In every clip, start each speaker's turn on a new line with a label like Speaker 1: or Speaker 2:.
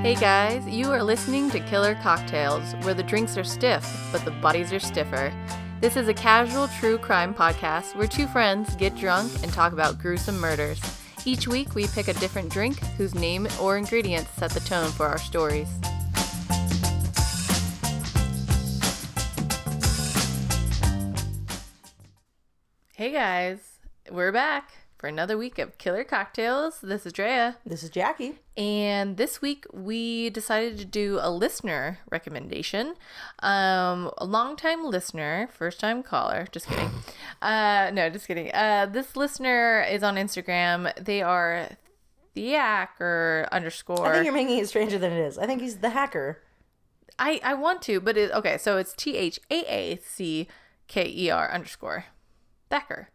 Speaker 1: Hey guys, you are listening to Killer Cocktails, where the drinks are stiff, but the bodies are stiffer. This is a casual true crime podcast where two friends get drunk and talk about gruesome murders. Each week, we pick a different drink whose name or ingredients set the tone for our stories. Hey guys, we're back for another week of Killer Cocktails. This is Drea.
Speaker 2: This is Jackie.
Speaker 1: And this week we decided to do a listener recommendation. Um, a longtime listener, first time caller. Just kidding. Uh, no, just kidding. Uh, this listener is on Instagram. They are Theacker underscore.
Speaker 2: I think you're making it stranger than it is. I think he's the hacker.
Speaker 1: I, I want to, but it, okay. So it's T H A A C K E R underscore Thacker.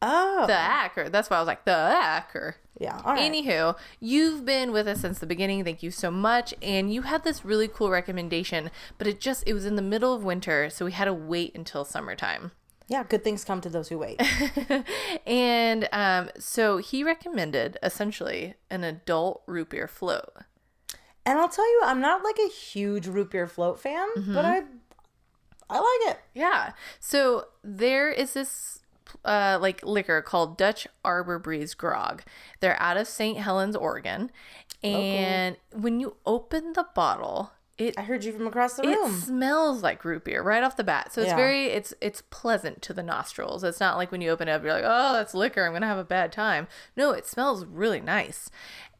Speaker 2: Oh.
Speaker 1: The hacker. That's why I was like the hacker.
Speaker 2: yeah. All right.
Speaker 1: Anywho, you've been with us since the beginning. Thank you so much. And you had this really cool recommendation, but it just it was in the middle of winter, so we had to wait until summertime.
Speaker 2: yeah. Good things come to those who wait.
Speaker 1: and um, so he recommended essentially an adult root beer float.
Speaker 2: and I'll tell you, I'm not like a huge root beer float fan,
Speaker 1: Mm-hmm.
Speaker 2: but I, I like it.
Speaker 1: Yeah. So there is this uh, like liquor called Dutch Arbor Breeze Grog. They're out of St. Helens, Oregon. And when you open the bottle, it
Speaker 2: I heard you from across the
Speaker 1: It
Speaker 2: room.
Speaker 1: smells like root beer right off the bat. So it's
Speaker 2: Yeah.
Speaker 1: very it's it's pleasant to the nostrils. It's not like when you open it up you're like, "Oh, that's liquor. I'm going to have a bad time." No, it smells really nice.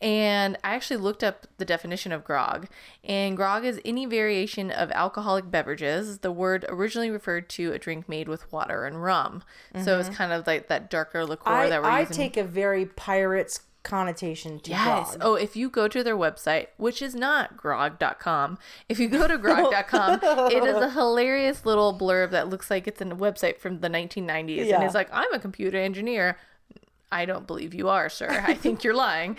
Speaker 1: And I actually looked up the definition of grog, and grog is any variation of alcoholic beverages. The word originally referred to a drink made with water and rum. So it's kind of like that darker liqueur
Speaker 2: Mm-hmm. I,
Speaker 1: that we're
Speaker 2: I
Speaker 1: using.
Speaker 2: take a very pirates connotation to
Speaker 1: Yes.
Speaker 2: grog.
Speaker 1: Oh, if you go to their website, which is not grog.com, if you go to grog.com, it is a hilarious little blurb that looks like it's a website from the 1990s. And
Speaker 2: Yeah.
Speaker 1: it's like, I'm a computer engineer. I don't believe you are, sir. I think you're lying.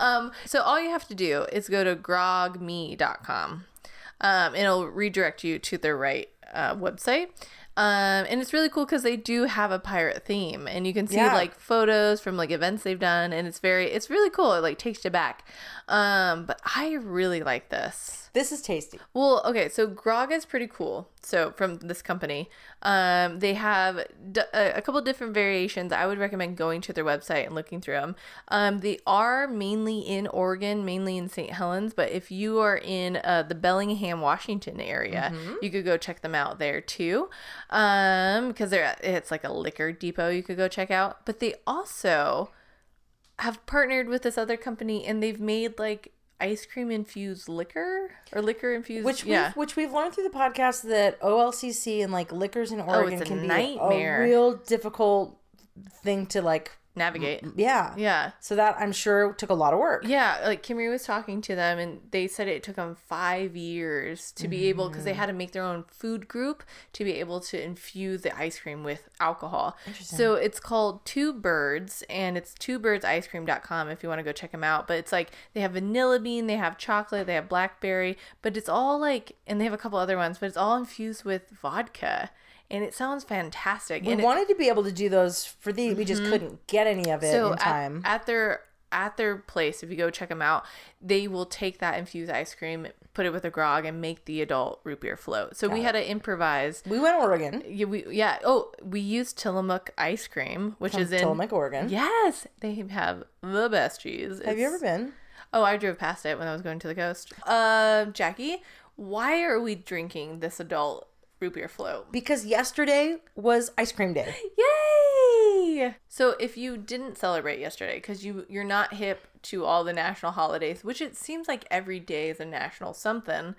Speaker 1: um, so all you have to do is go to grogme.com. Um, it'll redirect you to their right uh, website. Um, and it's really cool because they do have a pirate theme, and you can see
Speaker 2: Yeah.
Speaker 1: like photos from like events they've done, and it's very, it's really cool. It like takes you back. Um, but I really like this.
Speaker 2: This is tasty.
Speaker 1: Well, okay, so grog is pretty cool. So from this company, um, they have d- a a couple different variations. I would recommend going to their website and looking through them. Um, they are mainly in Oregon, mainly in St. Helens, but if you are in uh, the Bellingham, Washington area,
Speaker 2: Mm-hmm.
Speaker 1: you could go check them out there too, because they're it's like a liquor depot you could go check out. But they also have partnered with this other company and they've made like ice cream infused liquor or liquor infused
Speaker 2: Which we've,
Speaker 1: yeah
Speaker 2: which we've learned through the podcast that OLCC and like liquors in Oregon
Speaker 1: Oh, a
Speaker 2: can be
Speaker 1: nightmare.
Speaker 2: a real difficult thing to like.
Speaker 1: navigate
Speaker 2: Yeah.
Speaker 1: yeah
Speaker 2: So that I'm sure took a lot of work.
Speaker 1: yeah like kimmy was talking to them and they said it took them five years to be able because they had to make their own food group to be able to infuse the ice cream with alcohol so it's called two birds and it's twobirdsicecream.com if you want to go check them out but it's like they have vanilla bean they have chocolate they have blackberry but it's all like and they have a couple other ones but it's all infused with vodka and it sounds fantastic and
Speaker 2: We
Speaker 1: it- Mm-hmm.
Speaker 2: wanted to be able to do those for these. We just couldn't get any of it in
Speaker 1: at-
Speaker 2: time.
Speaker 1: At, their at their place, if you go check them out, they will take that infused ice cream, put it with a grog, and make the adult root beer float. So we had to improvise.
Speaker 2: we went to Oregon,
Speaker 1: Yeah, we yeah. Oh, we used Tillamook ice cream, which is in
Speaker 2: Tillamook, Oregon.
Speaker 1: Yes, they have the best cheese.
Speaker 2: Have you ever been?
Speaker 1: Oh, I drove past it when I was going to the coast. Uh, Jackie, why are we drinking this adult root beer float?
Speaker 2: Because yesterday was ice cream day.
Speaker 1: Yay! So if you didn't celebrate yesterday cuz you you're not hip to all the national holidays, which it seems like every day is a national something.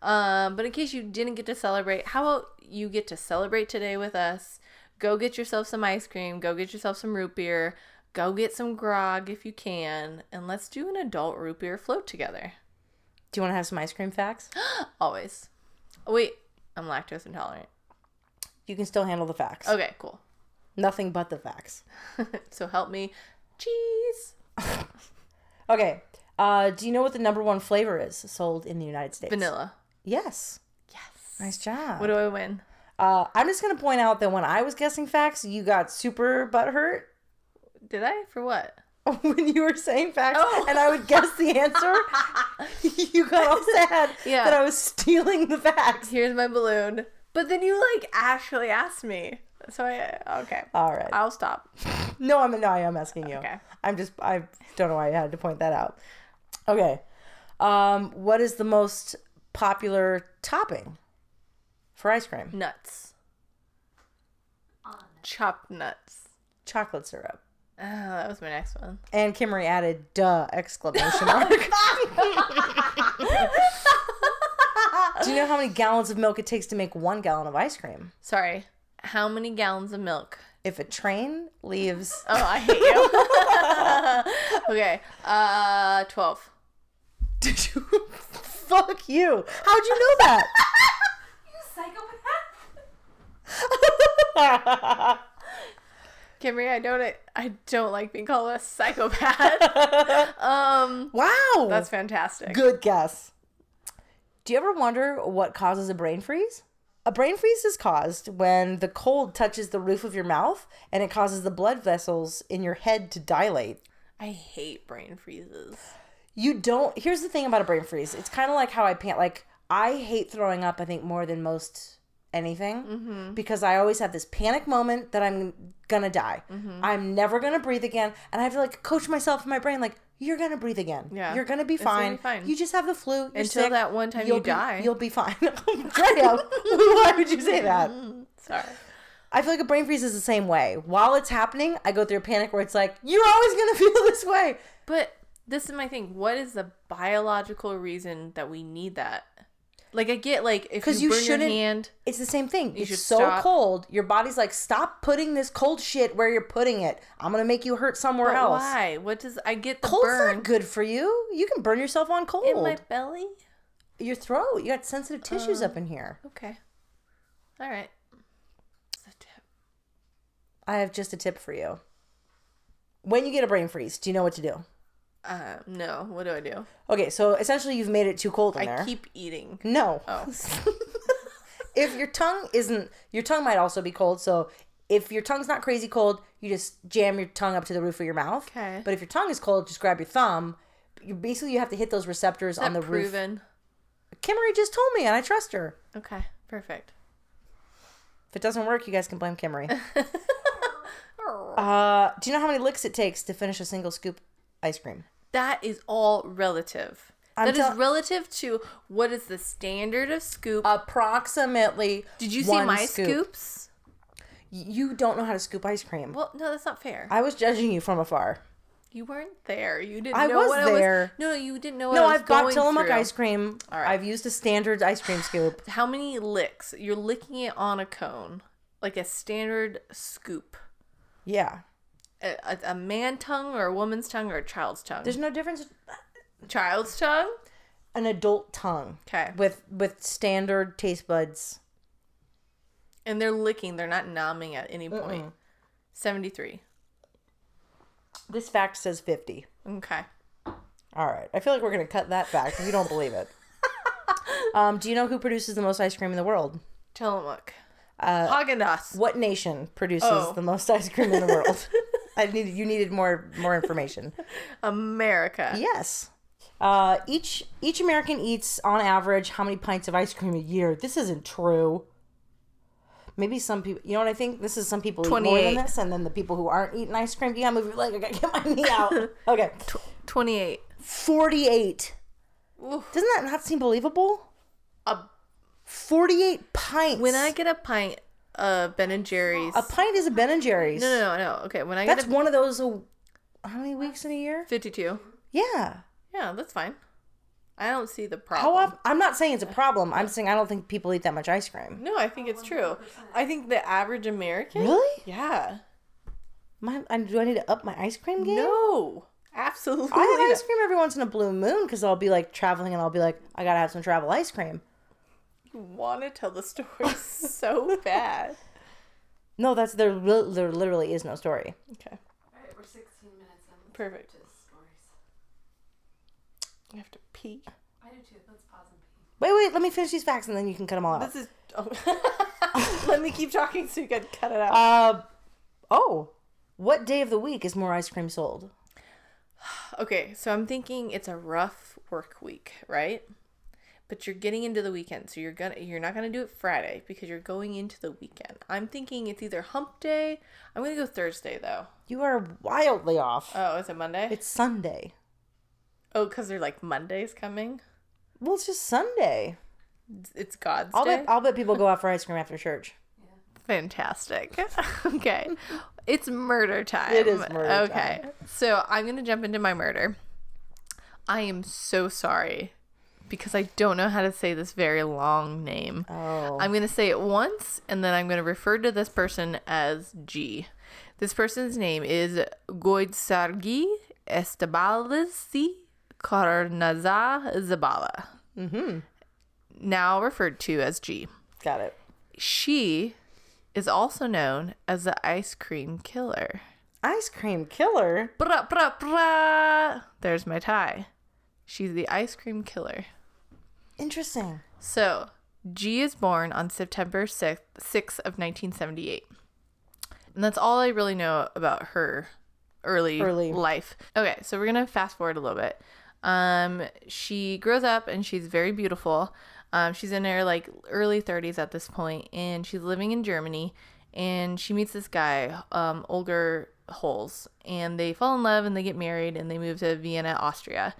Speaker 1: Um, but in case you didn't get to celebrate, how about you get to celebrate today with us? Go get yourself some ice cream, go get yourself some root beer, go get some grog if you can, and let's do an adult root beer float together.
Speaker 2: Do you want to have some ice cream facts?
Speaker 1: Always. Oh, wait, I'm lactose intolerant.
Speaker 2: You can still handle the facts.
Speaker 1: Okay, cool.
Speaker 2: Nothing but the facts.
Speaker 1: So help me. Cheese.
Speaker 2: Okay. Uh, do you know what the number one flavor is sold in the United States?
Speaker 1: Vanilla.
Speaker 2: Yes.
Speaker 1: Yes.
Speaker 2: Nice job.
Speaker 1: What do I win?
Speaker 2: uh, I'm just going to point out that when I was guessing facts, you got super butthurt
Speaker 1: Did I? For what?
Speaker 2: when you were saying facts,
Speaker 1: Oh.
Speaker 2: and I would guess the answer, you got all sad
Speaker 1: Yeah.
Speaker 2: that I was stealing the facts.
Speaker 1: Here's my balloon. But then you like actually asked me. So I okay.
Speaker 2: All right.
Speaker 1: I'll stop.
Speaker 2: No, I'm no, I am asking you.
Speaker 1: Uh, Okay.
Speaker 2: I'm just I don't know why I had to point that out. Okay. Um, what is the most popular topping for ice cream?
Speaker 1: Nuts. Chopped nuts.
Speaker 2: Chocolate syrup.
Speaker 1: Oh, that was my next one.
Speaker 2: And Kimmery added duh exclamation mark. Do you know how many gallons of milk it takes to make one gallon of ice cream?
Speaker 1: Sorry. How many gallons of milk?
Speaker 2: If a train leaves
Speaker 1: Oh, I hate you. okay. Uh, 12.
Speaker 2: Did you fuck you? How'd you know that?
Speaker 3: Psychopath.
Speaker 1: Kimberly, I don't I don't like being called a psychopath. um,
Speaker 2: wow.
Speaker 1: that's fantastic.
Speaker 2: Good guess. Do you ever wonder what causes a brain freeze? A brain freeze is caused when the cold touches the roof of your mouth and it causes the blood vessels in your head to dilate.
Speaker 1: I hate brain freezes.
Speaker 2: You don't. Here's the thing about a brain freeze it's kind of like how I pant. Like, I hate throwing up, I think, more than most anything
Speaker 1: Mm-hmm.
Speaker 2: because I always have this panic moment that I'm gonna die.
Speaker 1: Mm-hmm.
Speaker 2: I'm never gonna breathe again. And I have to, like, coach myself in my brain, like, you're gonna breathe again.
Speaker 1: Yeah.
Speaker 2: You're gonna be
Speaker 1: It's gonna
Speaker 2: fine.
Speaker 1: be fine.
Speaker 2: You just have the flu. You're
Speaker 1: Until
Speaker 2: sick.
Speaker 1: that one time you
Speaker 2: You'll be-
Speaker 1: die.
Speaker 2: You'll be fine. Freya, why would you say that?
Speaker 1: Mm-hmm. Sorry.
Speaker 2: I feel like a brain freeze is the same way. While it's happening, I go through a panic where it's like, you're always going to feel this way.
Speaker 1: But this is my thing. What is the biological reason that we need that? Like I get like if
Speaker 2: 'Cause
Speaker 1: you,
Speaker 2: you
Speaker 1: burn your
Speaker 2: shouldn't-
Speaker 1: hand,
Speaker 2: It's the same thing.
Speaker 1: should
Speaker 2: it's so
Speaker 1: stop.
Speaker 2: cold. Your body's like, stop putting this cold shit where you're putting it. I'm going to make you hurt somewhere
Speaker 1: but
Speaker 2: else.
Speaker 1: why? What does I get the
Speaker 2: Cold's
Speaker 1: burn
Speaker 2: not good for you. You can burn yourself on cold.
Speaker 1: in my belly?
Speaker 2: Your throat. You got sensitive
Speaker 1: Uh.
Speaker 2: tissues up in here.
Speaker 1: Okay. All right. It's a tip.
Speaker 2: I have just a tip for you. When you get a brain freeze, do you know what to do?
Speaker 1: Uh, no. What do I do?
Speaker 2: Okay, so essentially you've made it too cold in there.
Speaker 1: I keep eating.
Speaker 2: No.
Speaker 1: Oh.
Speaker 2: if your tongue isn't, your tongue might also be cold. So if your tongue's not crazy cold, you just jam your tongue up to the roof of your mouth.
Speaker 1: Okay.
Speaker 2: But if your tongue is cold, just grab your thumb. You basically you have to hit those receptors on the roof.
Speaker 1: proven.
Speaker 2: Kimmery just told me, and I trust her.
Speaker 1: Okay. Perfect.
Speaker 2: If it doesn't work, you guys can blame Kimmery. uh, do you know how many licks it takes to finish a single scoop ice cream?
Speaker 1: That is all relative.
Speaker 2: I'm
Speaker 1: That is
Speaker 2: tell-
Speaker 1: relative to what is the standard of scoop.
Speaker 2: Approximately.
Speaker 1: Did you see
Speaker 2: one
Speaker 1: my
Speaker 2: scoop.
Speaker 1: scoops?
Speaker 2: You don't know how to scoop ice cream.
Speaker 1: Well, no, that's not fair.
Speaker 2: I was judging you from afar.
Speaker 1: You weren't there. You didn't
Speaker 2: I
Speaker 1: know
Speaker 2: was
Speaker 1: what I was.
Speaker 2: there.
Speaker 1: No, you didn't know what
Speaker 2: No,
Speaker 1: I was
Speaker 2: I've got
Speaker 1: going
Speaker 2: Tillamook
Speaker 1: through.
Speaker 2: ice cream.
Speaker 1: right.
Speaker 2: I've used a standard ice cream scoop.
Speaker 1: How many licks? You're licking it on a cone, like a standard scoop.
Speaker 2: Yeah.
Speaker 1: A, a, a man tongue or a woman's tongue or a child's tongue.
Speaker 2: There's no difference.
Speaker 1: child's tongue.
Speaker 2: An adult tongue.
Speaker 1: 'Kay.
Speaker 2: With with standard taste buds.
Speaker 1: And they're licking. They're not numbing at any point. Seventy-three.
Speaker 2: This fact says 50.
Speaker 1: Okay.
Speaker 2: All right. I feel like we're going to cut that fact if you don't believe it. um, do you know who produces the most ice cream in the world?
Speaker 1: Tillamook. Uh, Haagen Dazs.
Speaker 2: What nation produces
Speaker 1: Oh.
Speaker 2: the most ice cream in the world? I needed you needed more more information.
Speaker 1: America.
Speaker 2: Yes. Uh, each each American eats on average how many pints of ice cream a year? This isn't true. Maybe some people, you know what I think? This is some people eat more than
Speaker 1: 28.
Speaker 2: this, and then the people who aren't eating ice cream, yeah, move your leg. I gotta get my knee out. Okay,
Speaker 1: Twenty-eight.
Speaker 2: forty-eight.
Speaker 1: Oof.
Speaker 2: Doesn't that not seem believable?
Speaker 1: A,
Speaker 2: Forty-eight pints.
Speaker 1: when I get a pint of Ben and Jerry's.
Speaker 2: a pint is a Ben and Jerry's.
Speaker 1: no, no, no, no. Okay. When I
Speaker 2: That's
Speaker 1: get a
Speaker 2: one of those. A, how many weeks in a year?
Speaker 1: fifty-two.
Speaker 2: Yeah.
Speaker 1: Yeah, that's fine. I don't see the problem.
Speaker 2: How often? I'm not saying it's a problem. I'm saying I don't think people eat that much ice cream.
Speaker 1: No, I think it's true. I think the average American.
Speaker 2: Really?
Speaker 1: Yeah.
Speaker 2: My, I, do I need to up my ice cream game?
Speaker 1: No, absolutely.
Speaker 2: I have
Speaker 1: not.
Speaker 2: ice cream every once in a blue moon because I'll be like traveling and I'll be like, I gotta have some travel ice cream.
Speaker 1: You want to tell the story so bad.
Speaker 2: No, that's there. li- There literally is no story.
Speaker 1: Okay,
Speaker 3: All right, we're 16 minutes in.
Speaker 1: perfect.
Speaker 3: Just stories.
Speaker 1: I have to pee.
Speaker 3: I do too. Let's pause and pee.
Speaker 2: Wait, wait. Let me finish these facts and then you can cut them all out.
Speaker 1: This is. Oh. Let me keep talking so you can cut it out.
Speaker 2: Uh, oh, what day of the week is more ice cream sold?
Speaker 1: Okay, so I'm thinking it's a rough work week, right? But you're getting into the weekend, so you're gonna you're not gonna do it Friday because you're going into the weekend. I'm thinking it's either hump day. I'm gonna go Thursday though.
Speaker 2: You are wildly off.
Speaker 1: Oh, is it Monday?
Speaker 2: it's Sunday.
Speaker 1: oh, because they're like Mondays coming.
Speaker 2: Well, it's just Sunday.
Speaker 1: It's- It's God's
Speaker 2: I'll
Speaker 1: day.
Speaker 2: bet, I'll bet people go out for ice cream after church.
Speaker 1: Fantastic. okay. It's murder time.
Speaker 2: It is murder
Speaker 1: Okay. So I'm going to jump into my murder. I am so sorry because I don't know how to say this very long name.
Speaker 2: Oh.
Speaker 1: I'm going to say it once and then I'm going to refer to this person as G. This person's name is Goidsargi Estabalisi Karnaza Zabala, mm-hmm. now referred to as G.
Speaker 2: Got it.
Speaker 1: She is also known as the ice cream killer.
Speaker 2: Ice cream killer?
Speaker 1: Bra bra bra. There's my tie. She's the ice cream killer.
Speaker 2: Interesting.
Speaker 1: So, G is born on September 6th, 6th of 1978. And that's all I really know about her early,
Speaker 2: Early.
Speaker 1: life. Okay, so we're going to fast forward a little bit. Um, she grows up and she's very beautiful. Um, she's in her like early 30s at this point and she's living in Germany and she meets this guy, um, Olger Holes, and they fall in love and they get married and they move to Vienna, Austria.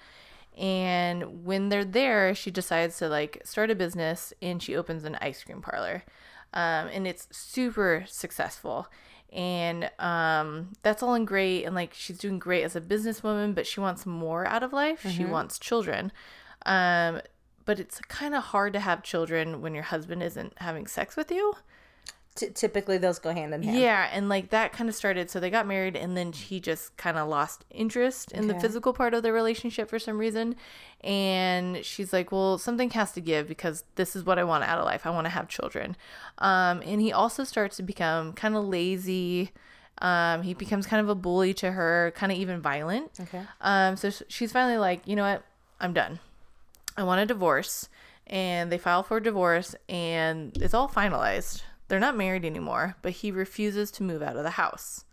Speaker 1: And when they're there, she decides to like start a business and she opens an ice cream parlor. Um, and it's super successful. And um, that's all in great. And like she's doing great as a businesswoman, but she wants more out of life. She wants children. Um, but it's kind of hard to have children when your husband isn't having sex with you.
Speaker 2: T- typically, those go hand in hand.
Speaker 1: Yeah, and like that kind of started. So they got married, and then he just kind of lost interest in the physical part of their relationship for some reason. And she's like, "Well, something has to give because this is what I want out of life. I want to have children." Um, and he also starts to become kind of lazy. Um, he becomes kind of a bully to her, kind of even violent.
Speaker 2: Okay.
Speaker 1: Um, so sh- she's finally like, "You know what? I'm done." I want a divorce. And they file for divorce and it's all finalized. They're not married anymore, but he refuses to move out of the house.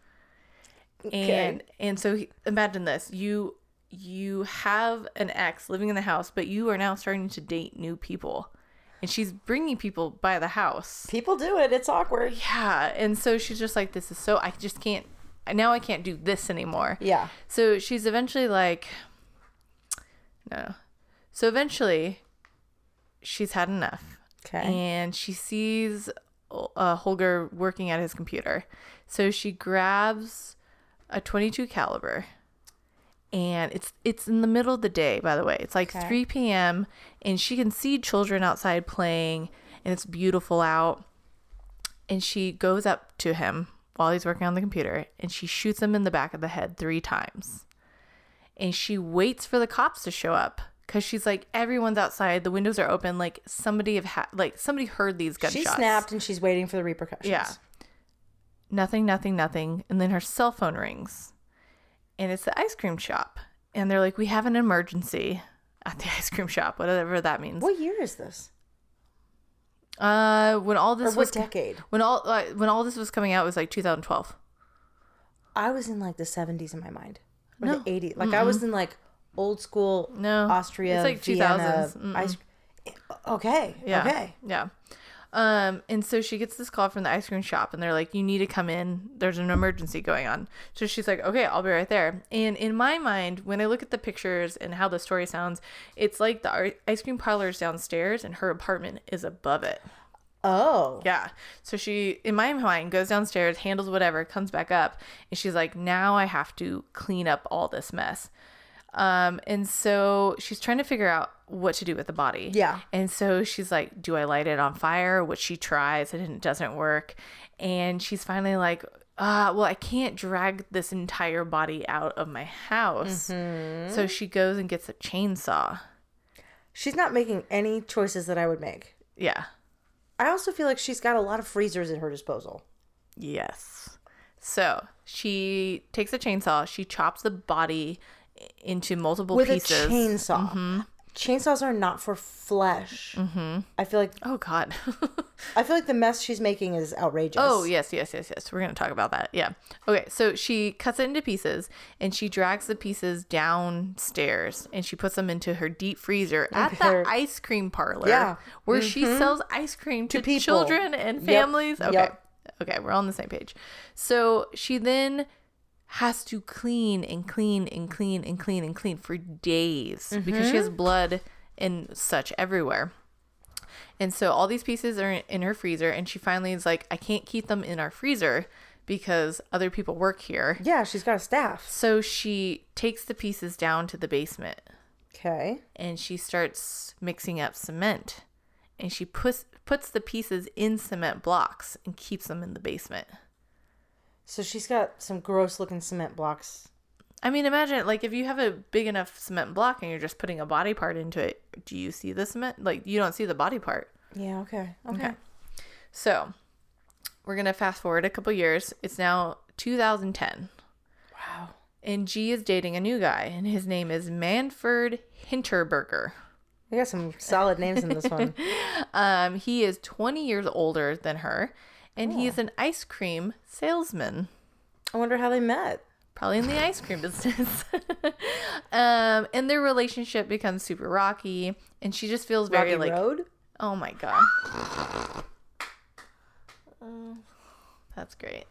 Speaker 1: And and so he, imagine this. You you have an ex living in the house, but you are now starting to date new people. And she's bringing people by the house.
Speaker 2: People do it. It's awkward.
Speaker 1: Yeah, and so she's just like this is so I just can't now I can't do this anymore.
Speaker 2: Yeah.
Speaker 1: So she's eventually like, no. So eventually, she's had enough,
Speaker 2: Okay.
Speaker 1: and she sees uh, Holger working at his computer. So she grabs a 22 caliber, and it's it's in the middle of the day. By the way, it's like
Speaker 2: Okay.
Speaker 1: 3 p.m. and she can see children outside playing, and it's beautiful out. And she goes up to him while he's working on the computer, and she shoots him in the back of the head three times and she waits for the cops to show up because she's like everyone's outside the windows are open like somebody have ha- like somebody heard these gunshots
Speaker 2: she snapped and she's waiting for the repercussions.
Speaker 1: yeah nothing nothing nothing and then her cell phone rings and it's the ice cream shop and they're like we have an emergency at the ice cream shop whatever that means
Speaker 2: What year is this?
Speaker 1: uh when all
Speaker 2: Or
Speaker 1: this
Speaker 2: what
Speaker 1: was
Speaker 2: decade?
Speaker 1: when all uh, when all this was coming out it was like 2012
Speaker 2: I was in like the 70s in my mind. Or
Speaker 1: No.
Speaker 2: the 80s. Like I was in like old school
Speaker 1: No.
Speaker 2: Austria,
Speaker 1: It's like
Speaker 2: Vienna,
Speaker 1: 2000s. Mm-mm.
Speaker 2: ice Okay.
Speaker 1: Yeah.
Speaker 2: Okay.
Speaker 1: Yeah. Um, and so she gets this call from the ice cream shop and they're like, You need to come in. There's an emergency going on. So she's like, Okay, I'll be right there. And in my mind, when I look at the pictures and how the story sounds, it's like the ar- ice cream parlor is downstairs and her apartment is above it.
Speaker 2: Oh.
Speaker 1: Yeah. So she, in my mind, goes downstairs, handles whatever, comes back up, and she's like, now I have to clean up all this mess. Um, and so she's trying to figure out what to do with the body.
Speaker 2: Yeah.
Speaker 1: And so she's like, do I light it on fire? Which she tries and it doesn't work. And she's finally like, uh, well, I can't drag this entire body out of my house. So she goes and gets a chainsaw.
Speaker 2: She's not making any choices that I would make.
Speaker 1: Yeah.
Speaker 2: I also feel like she's got a lot of freezers at her disposal.
Speaker 1: Yes. So she takes a chainsaw, she chops the body into multiple
Speaker 2: With
Speaker 1: pieces. Mm-hmm.
Speaker 2: a chainsaw. chainsaws are not for flesh. Mm-hmm. I feel like
Speaker 1: Oh God.
Speaker 2: I feel like the mess she's making is outrageous.
Speaker 1: oh yes, yes, yes, yes. We're gonna talk about that. Yeah. Okay. So she cuts it into pieces and she drags the pieces downstairs and she puts them into her deep freezer at the
Speaker 2: her-
Speaker 1: ice cream parlor.
Speaker 2: Yeah. Mm-hmm.
Speaker 1: Where she sells ice cream to,
Speaker 2: people.
Speaker 1: children and
Speaker 2: Yep.
Speaker 1: families. Okay.
Speaker 2: Yep.
Speaker 1: Okay. We're all on the same page. So she then has to clean and clean and clean and clean and clean for days because she has
Speaker 2: Mm-hmm.
Speaker 1: blood and such everywhere. And so all these pieces are in- in her freezer, and she finally is like, I can't keep them in our freezer because other people work here.
Speaker 2: Yeah, she's got a staff.
Speaker 1: So she takes the pieces down to the basement
Speaker 2: Okay.
Speaker 1: and she starts mixing up cement and she puts puts the pieces in cement blocks and keeps them in the basement.
Speaker 2: So she's got some gross looking cement blocks.
Speaker 1: I mean, imagine like if you have a big enough cement block and you're just putting a body part into it, do you see the cement? Like you don't see the body part.
Speaker 2: Yeah, okay. Okay.
Speaker 1: So we're gonna fast forward a couple years. It's now 2010,
Speaker 2: Wow.
Speaker 1: and G is dating a new guy, and his name is Manfred Hinterberger.
Speaker 2: We got some solid names in this one.
Speaker 1: Um, he is 20 years older than her, and he is an ice cream salesman.
Speaker 2: I wonder how they met.
Speaker 1: probably in the ice cream business. um, and their relationship becomes super rocky, and she just feels very
Speaker 2: Rocky
Speaker 1: like,
Speaker 2: Road?
Speaker 1: oh my god, Mm, that's great.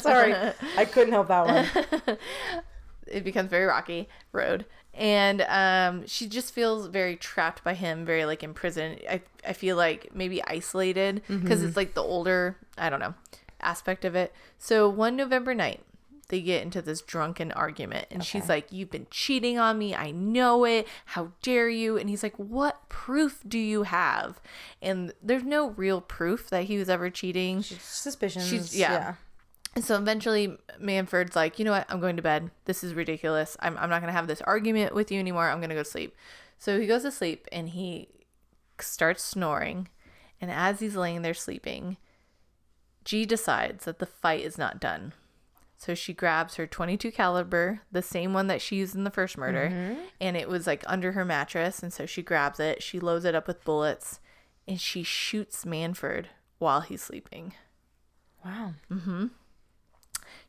Speaker 2: Sorry. I couldn't help that one.
Speaker 1: It becomes very rocky road, and um, she just feels very trapped by him, very like imprisoned. I I feel like maybe isolated because it's like the older I don't know aspect of it. So one November night, they get into this drunken argument and she's like you've been cheating on me i know it how dare you and he's like what proof do you have and there's no real proof that he was ever cheating
Speaker 2: Suspicions.
Speaker 1: She's- yeah. and so eventually manfred's like you know what i'm going to bed this is ridiculous i'm, I'm not going to have this argument with you anymore i'm going to go to sleep so he goes to sleep and he starts snoring and as he's laying there sleeping G decides that the fight is not done. So she grabs her 22 caliber, the same one that she used in the first murder, and it was like under her mattress and so she grabs it, she loads it up with bullets, and she shoots Manford while he's sleeping.
Speaker 2: Wow.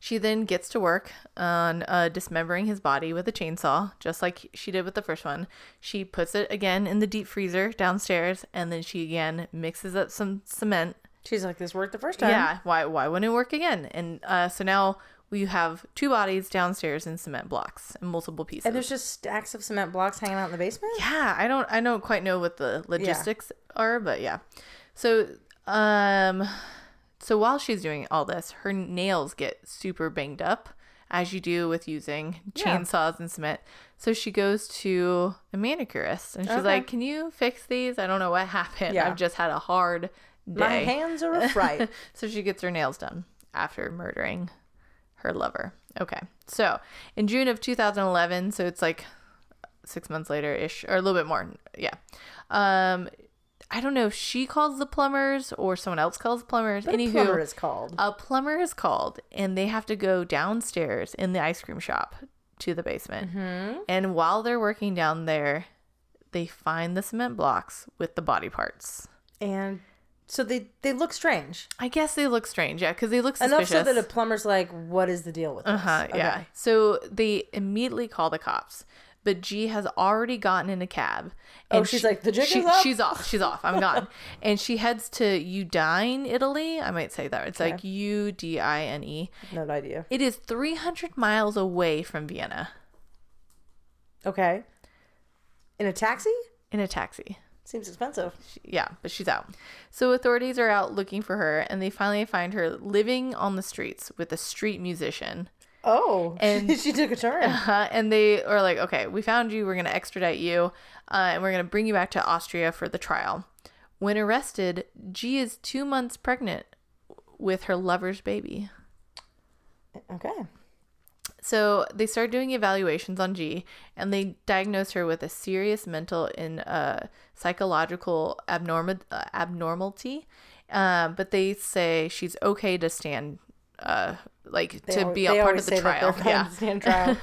Speaker 1: She then gets to work on uh, dismembering his body with a chainsaw, just like she did with the first one. She puts it again in the deep freezer downstairs, and then she again mixes up some cement
Speaker 2: She's like, this worked the first time.
Speaker 1: Yeah, why why wouldn't it work again? And uh, so now we have two bodies downstairs in cement blocks and multiple pieces.
Speaker 2: And there's just stacks of cement blocks hanging out in the basement?
Speaker 1: yeah, I don't I don't quite know what the logistics are, but yeah. So um so while she's doing all this, her nails get super banged up as you do with using chainsaws and cement. So she goes to a manicurist and she's
Speaker 2: Okay.
Speaker 1: like, "Can you fix these? I don't know what happened.
Speaker 2: Yeah.
Speaker 1: I've just had a hard day."
Speaker 2: My hands are fried.
Speaker 1: so she gets her nails done after murdering her lover. Okay. So in June of 2011, so it's like six months later ish, or a little bit more. Yeah. Um, I don't know if she calls the plumbers or someone else calls the plumbers.
Speaker 2: What a
Speaker 1: Anywho,
Speaker 2: plumber is called.
Speaker 1: a plumber is called and they have to go downstairs in the ice cream shop to the basement. And while they're working down there, they find the cement blocks with the body parts.
Speaker 2: And so they, they look strange.
Speaker 1: I guess they look strange, yeah, because they look
Speaker 2: Enough
Speaker 1: suspicious.
Speaker 2: so that a plumber's like, what is the deal with this?
Speaker 1: Uh-huh, Yeah.
Speaker 2: Okay.
Speaker 1: So they immediately call the cops, but G has already gotten in a cab. And
Speaker 2: Oh, she's like, "The jig
Speaker 1: she-
Speaker 2: is up?"
Speaker 1: She's off. She's off. I'm gone. and she heads to Udine, Italy. I might say that. It's like U D I N E.
Speaker 2: No idea.
Speaker 1: It is 300 miles away from Vienna
Speaker 2: Okay. In a taxi?
Speaker 1: in a taxi.
Speaker 2: Seems expensive.
Speaker 1: She- yeah, but she's out. So authorities are out looking for her, and they finally find her living on the streets with a street musician.
Speaker 2: Oh,
Speaker 1: And-
Speaker 2: and she took a turn.
Speaker 1: Uh, and they are like, okay, we found you. We're going to extradite you. Uh, and we're going to bring you back to Austria for the trial. When arrested, G is two months pregnant with her lover's baby.
Speaker 2: okay.
Speaker 1: So they start doing evaluations on G and they diagnose her with a serious mental and uh, psychological abnormal- uh, abnormality. Uh, but they say she's okay to stand uh, like
Speaker 2: They
Speaker 1: to
Speaker 2: al-
Speaker 1: be
Speaker 2: they
Speaker 1: a part
Speaker 2: always
Speaker 1: of the
Speaker 2: say that they're
Speaker 1: trial. Yeah.
Speaker 2: gonna stand trial.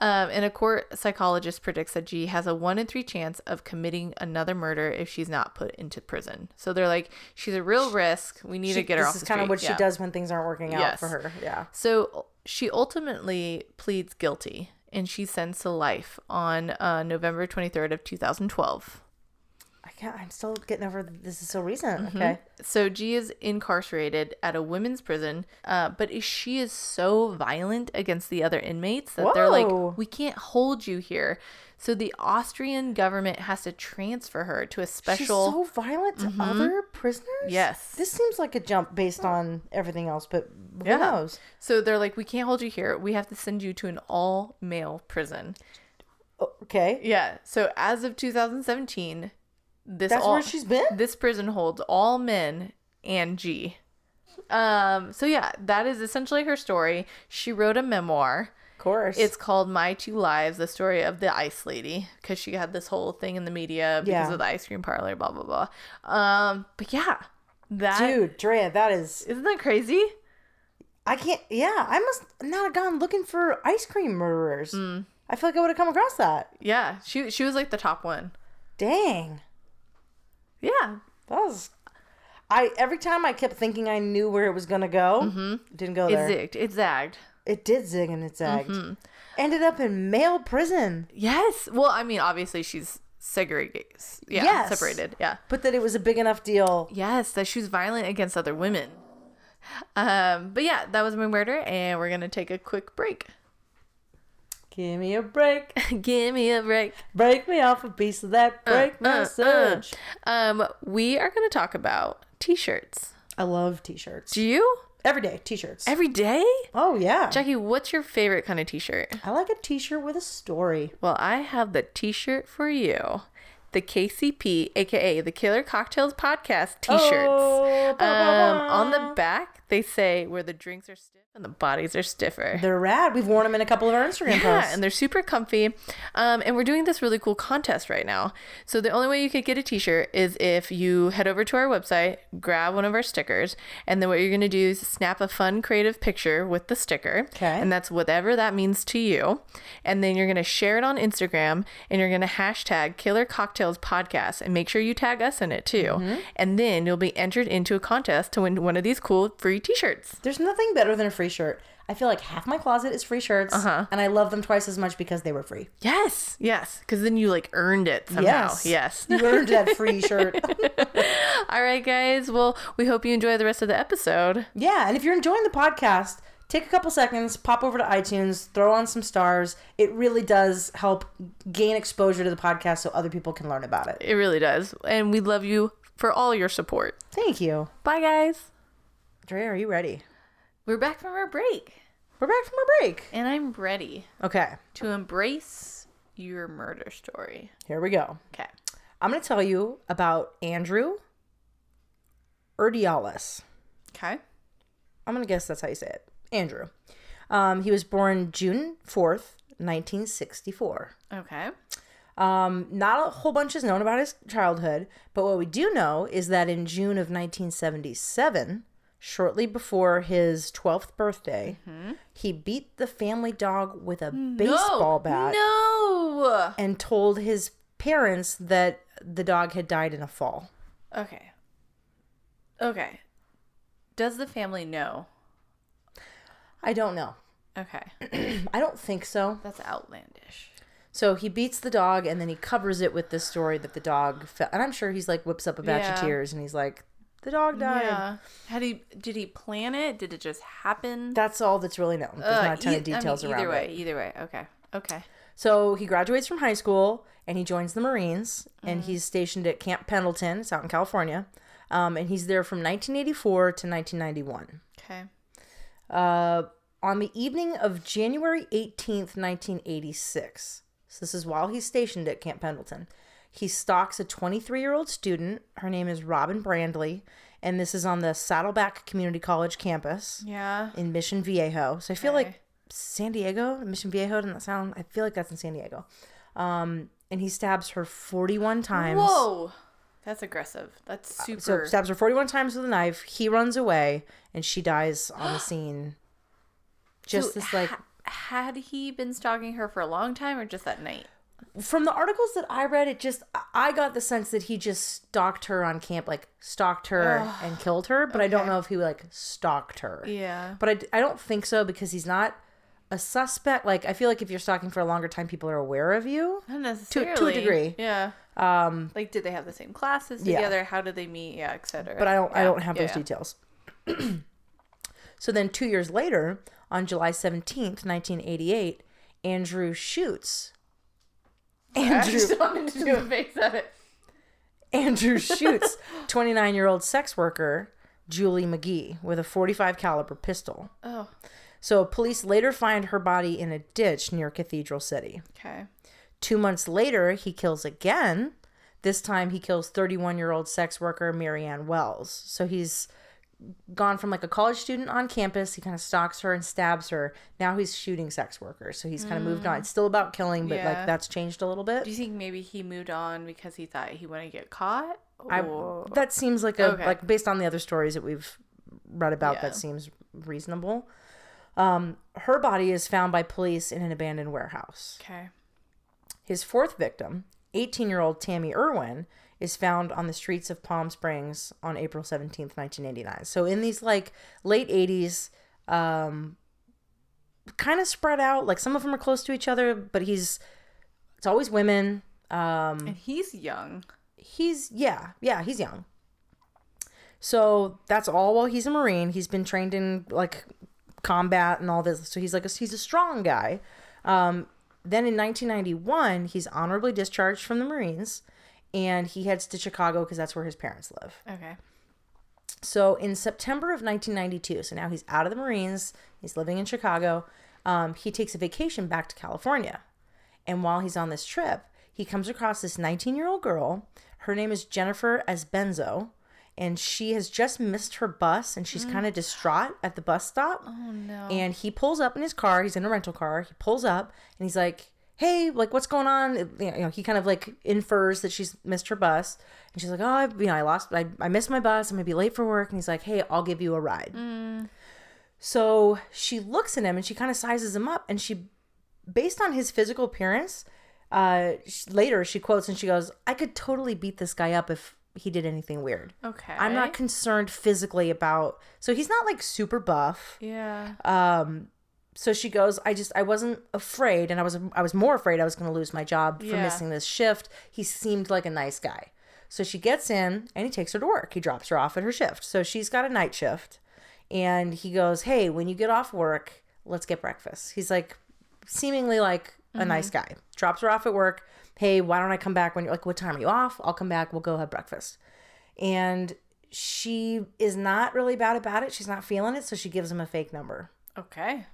Speaker 1: um, and a court psychologist predicts that G has a one in three chance of committing another murder if she's not put into prison. So they're like, she's a real risk. We need to
Speaker 2: She-
Speaker 1: get her
Speaker 2: this
Speaker 1: off
Speaker 2: is
Speaker 1: the
Speaker 2: kind
Speaker 1: street.
Speaker 2: of what
Speaker 1: Yeah.
Speaker 2: she does when things aren't working out
Speaker 1: Yes.
Speaker 2: for her. Yeah.
Speaker 1: So she ultimately pleads guilty and she sends to life on uh, November 23rd of 2012.
Speaker 2: I can't. I'm still getting over. th- This is so recent.
Speaker 1: Mm-hmm.
Speaker 2: Okay.
Speaker 1: So G is incarcerated at a women's prison, uh, but i- she is so violent against the other inmates that they're
Speaker 2: Whoa.
Speaker 1: like, we can't hold you here. So the Austrian government has to transfer her to a
Speaker 2: She's
Speaker 1: special. Mm-hmm.
Speaker 2: so violent to other prisoners.
Speaker 1: Yes.
Speaker 2: This seems like a jump based on everything else, but who
Speaker 1: Yeah.
Speaker 2: knows?
Speaker 1: so they're like, we can't hold you here. We have to send you to an all male prison.
Speaker 2: O- Okay.
Speaker 1: Yeah. So as of 2017, this
Speaker 2: That's
Speaker 1: all
Speaker 2: where she's been.
Speaker 1: this prison holds all men and G. Um, so yeah, that is essentially her story. She wrote a memoir.
Speaker 2: Of course.
Speaker 1: It's called My Two Lives, the story of the ice lady, because she had this whole thing in the media because
Speaker 2: Yeah.
Speaker 1: of the ice cream parlor, blah blah blah. Um, but yeah, that
Speaker 2: dude, Drea. That is.
Speaker 1: not that crazy?
Speaker 2: I can't. Yeah. I must not have gone looking for ice cream murderers.
Speaker 1: Mm.
Speaker 2: I feel like I would have come across that.
Speaker 1: Yeah, she she was like the top one.
Speaker 2: Dang.
Speaker 1: Yeah,
Speaker 2: That was. I every time I kept thinking I knew where it was gonna go. Mm-hmm. Didn't go
Speaker 1: it
Speaker 2: there.
Speaker 1: zigged, it zagged.
Speaker 2: It did zig and it zagged. Ended up in male prison,
Speaker 1: Yes. Well, I mean, obviously she's segregated. Yeah,
Speaker 2: Yes.
Speaker 1: separated. Yeah.
Speaker 2: but that it was a big enough deal.
Speaker 1: Yes, that she was violent against other women. Um, but yeah, that was my murder, and we're gonna take a quick break.
Speaker 2: Give me a break,
Speaker 1: Give me a break.
Speaker 2: break me off a piece of that break
Speaker 1: uh,
Speaker 2: message.
Speaker 1: Um, we are gonna talk about t-shirts.
Speaker 2: I love t-shirts.
Speaker 1: Do you
Speaker 2: Every day, t-shirts.
Speaker 1: every day?
Speaker 2: oh yeah,
Speaker 1: Jackie, what's your favorite kind of t-shirt?
Speaker 2: I like a t-shirt with a story.
Speaker 1: Well, I have the t-shirt for you. The KCP, aka the Killer Cocktails Podcast t-shirts.
Speaker 2: Oh, ba, ba,
Speaker 1: um,
Speaker 2: ba.
Speaker 1: on the back, they say where the drinks are stiff and the bodies are stiffer.
Speaker 2: They're rad. We've worn them in a couple of our Instagram
Speaker 1: Yeah,
Speaker 2: posts.
Speaker 1: and they're super comfy. Um, and we're doing this really cool contest right now. So the only way you could get a t-shirt is if you head over to our website, grab one of our stickers, and then what you're gonna do is snap a fun creative picture with the sticker.
Speaker 2: Okay.
Speaker 1: And that's whatever that means to you. And then you're gonna share it on Instagram and you're gonna hashtag killer cocktails podcast and make sure you tag us in it too.
Speaker 2: Mm-hmm.
Speaker 1: And then you'll be entered into a contest to win one of these cool free t-shirts.
Speaker 2: There's nothing better than a free shirt. I feel like half my closet is free shirts, and I love them twice as much because they were free.
Speaker 1: Yes, yes. Because then you like earned it somehow.
Speaker 2: Yes,
Speaker 1: yes.
Speaker 2: you earned that free shirt.
Speaker 1: All right, guys. Well, we hope you enjoy the rest of the episode.
Speaker 2: Yeah, and if you're enjoying the podcast, take a couple seconds, pop over to iTunes, throw on some stars. It really does help gain exposure to the podcast so other people can learn about it.
Speaker 1: It really does. And we love you for all your support.
Speaker 2: Thank you.
Speaker 1: Bye, guys.
Speaker 2: Dre, are you ready?
Speaker 1: We're back from our break,
Speaker 2: We're back from a break.
Speaker 1: and I'm ready
Speaker 2: Okay,
Speaker 1: to embrace your murder story.
Speaker 2: here we go.
Speaker 1: Okay.
Speaker 2: I'm going to tell you about Andrew Erdialis.
Speaker 1: Okay.
Speaker 2: I'm gonna guess that's how you say it. Andrew. Um, he was born June 4th, 1964.
Speaker 1: Okay.
Speaker 2: Um, not a whole bunch is known about his childhood, but what we do know is that in June of 1977, shortly before his 12th birthday,
Speaker 1: Mm-hmm.
Speaker 2: he beat the family dog with a baseball bat
Speaker 1: No.
Speaker 2: and told his parents that the dog had died in a fall.
Speaker 1: Okay. Okay. Does the family know?
Speaker 2: I don't know.
Speaker 1: Okay.
Speaker 2: I don't think so.
Speaker 1: That's outlandish.
Speaker 2: So he beats the dog and then he covers it with this story that the dog fell. And I'm sure he's like whips up a batch of
Speaker 1: Yeah.
Speaker 2: tears and he's like, the dog died.
Speaker 1: Yeah. Uh, How do he? Did he plan it? Did it just happen?
Speaker 2: That's all that's really known. There's
Speaker 1: Uh,
Speaker 2: not a ton
Speaker 1: e-
Speaker 2: of details
Speaker 1: I mean,
Speaker 2: around
Speaker 1: either
Speaker 2: it.
Speaker 1: way, Either way, okay, okay.
Speaker 2: So he graduates from high school and he joins the Marines and he's stationed at Camp Pendleton. It's out in California. Um, and he's there from 1984 to 1991.
Speaker 1: Okay.
Speaker 2: Uh, on the evening of January 18th, 1986, so this is while he's stationed at Camp Pendleton, he stalks a 23 year old student. Her name is Robin Brandley, and this is on the Saddleback Community College campus
Speaker 1: Yeah.
Speaker 2: in Mission Viejo. So I feel
Speaker 1: Okay.
Speaker 2: like San Diego, Mission Viejo, doesn't that sound? I feel like that's in San Diego. Um, and he stabs her 41 times. Uh,
Speaker 1: Whoa. That's aggressive. That's
Speaker 2: So
Speaker 1: super.
Speaker 2: stabs her 41 times with a knife. He runs away and she dies on the scene. Just
Speaker 1: So
Speaker 2: this, like,
Speaker 1: ha- had he been stalking her for a long time or just that night?
Speaker 2: from the articles that I read, it just, I got the sense that he just stalked her on camp, like, stalked her and killed her, but I don't
Speaker 1: okay.
Speaker 2: know if he, like, stalked her.
Speaker 1: Yeah.
Speaker 2: But I d- I, don't think so because he's not a suspect. Like, I feel like if you're stalking for a longer time, people are aware of you.
Speaker 1: Not necessarily.
Speaker 2: degree.
Speaker 1: Yeah.
Speaker 2: Um,
Speaker 1: Like, did they have the same classes
Speaker 2: Yeah.
Speaker 1: together? How did they meet? Yeah, etc.
Speaker 2: but I don't I
Speaker 1: Yeah.
Speaker 2: don't have
Speaker 1: Yeah,
Speaker 2: those
Speaker 1: yeah.
Speaker 2: details. so then 2 years later, on July 17th, 1988, Andrew shoots
Speaker 1: I just wanted to do a face of it.
Speaker 2: Andrew shoots 29-year-old sex worker Julie McGee with a 45 caliber pistol.
Speaker 1: Oh,
Speaker 2: So police later find her body in a ditch near Cathedral City.
Speaker 1: okay.
Speaker 2: 2 months later, he kills again. This time he kills 31-year-old sex worker Marianne Wells. So he's gone from like a college student on campus. He kind of stalks her and stabs her. Now he's shooting sex workers. So he's kind of moved on. It's still about killing, but
Speaker 1: Yeah.
Speaker 2: like that's changed a little
Speaker 1: Do
Speaker 2: bit.
Speaker 1: you think maybe he moved on because he thought he wouldn't get caught?
Speaker 2: I,
Speaker 1: Or-
Speaker 2: that seems like a
Speaker 1: Okay.
Speaker 2: like based on the other stories that we've read about.
Speaker 1: Yeah.
Speaker 2: That seems reasonable. Um, her body is found by police in an abandoned warehouse.
Speaker 1: okay.
Speaker 2: His fourth victim, 18 year old Tammy Irwin, is found on the streets of Palm Springs on April 17th, 1989. So, in these like late 80s, um, kind of spread out, like some of them are close to each other, but he's, it's always women. Um,
Speaker 1: And he's young.
Speaker 2: he's, yeah, yeah, he's young. So, that's all while he's a Marine. He's been trained in like combat and all this. So, he's like, a, he's a strong guy. Um, Then in 1991, he's honorably discharged from the Marines and he heads to Chicago because that's where his parents live.
Speaker 1: Okay.
Speaker 2: So in September of 1992, so now he's out of the Marines, he's living in Chicago, um, he takes a vacation back to California. And while he's on this trip, he comes across this 19 year old girl. Her name is Jennifer Esbenzo. And she has just missed her bus and she's kind of distraught at the bus stop.
Speaker 1: Oh no.
Speaker 2: And he pulls up in his car. He's in a rental car. He pulls up and he's like, "Hey, like, what's going on?" You know, you know, he kind of like infers that she's missed her bus, and she's like, "Oh, I, you know, I lost, I, I missed my bus. I'm gonna be late for work." And he's like, "Hey, I'll give you a ride."
Speaker 1: Mm.
Speaker 2: So she looks at him and she kind of sizes him up, and she, based on his physical appearance, uh, sh later she quotes and she goes, "I could totally beat this guy up if." He did anything weird.
Speaker 1: okay.
Speaker 2: I'm not concerned physically about. So he's not like super buff
Speaker 1: yeah.
Speaker 2: um so she goes i just i wasn't afraid and i was i was more afraid i was going to lose my job for
Speaker 1: Yeah.
Speaker 2: missing this shift he seemed like a nice guy so she gets in and he takes her to work he drops her off at her shift so she's got a night shift and he goes hey when you get off work let's get breakfast he's like seemingly like a nice guy drops her off at work hey why don't i come back when you're like what time are you off i'll come back we'll go have breakfast and she is not really bad about it she's not feeling it so she gives him a fake number
Speaker 1: okay.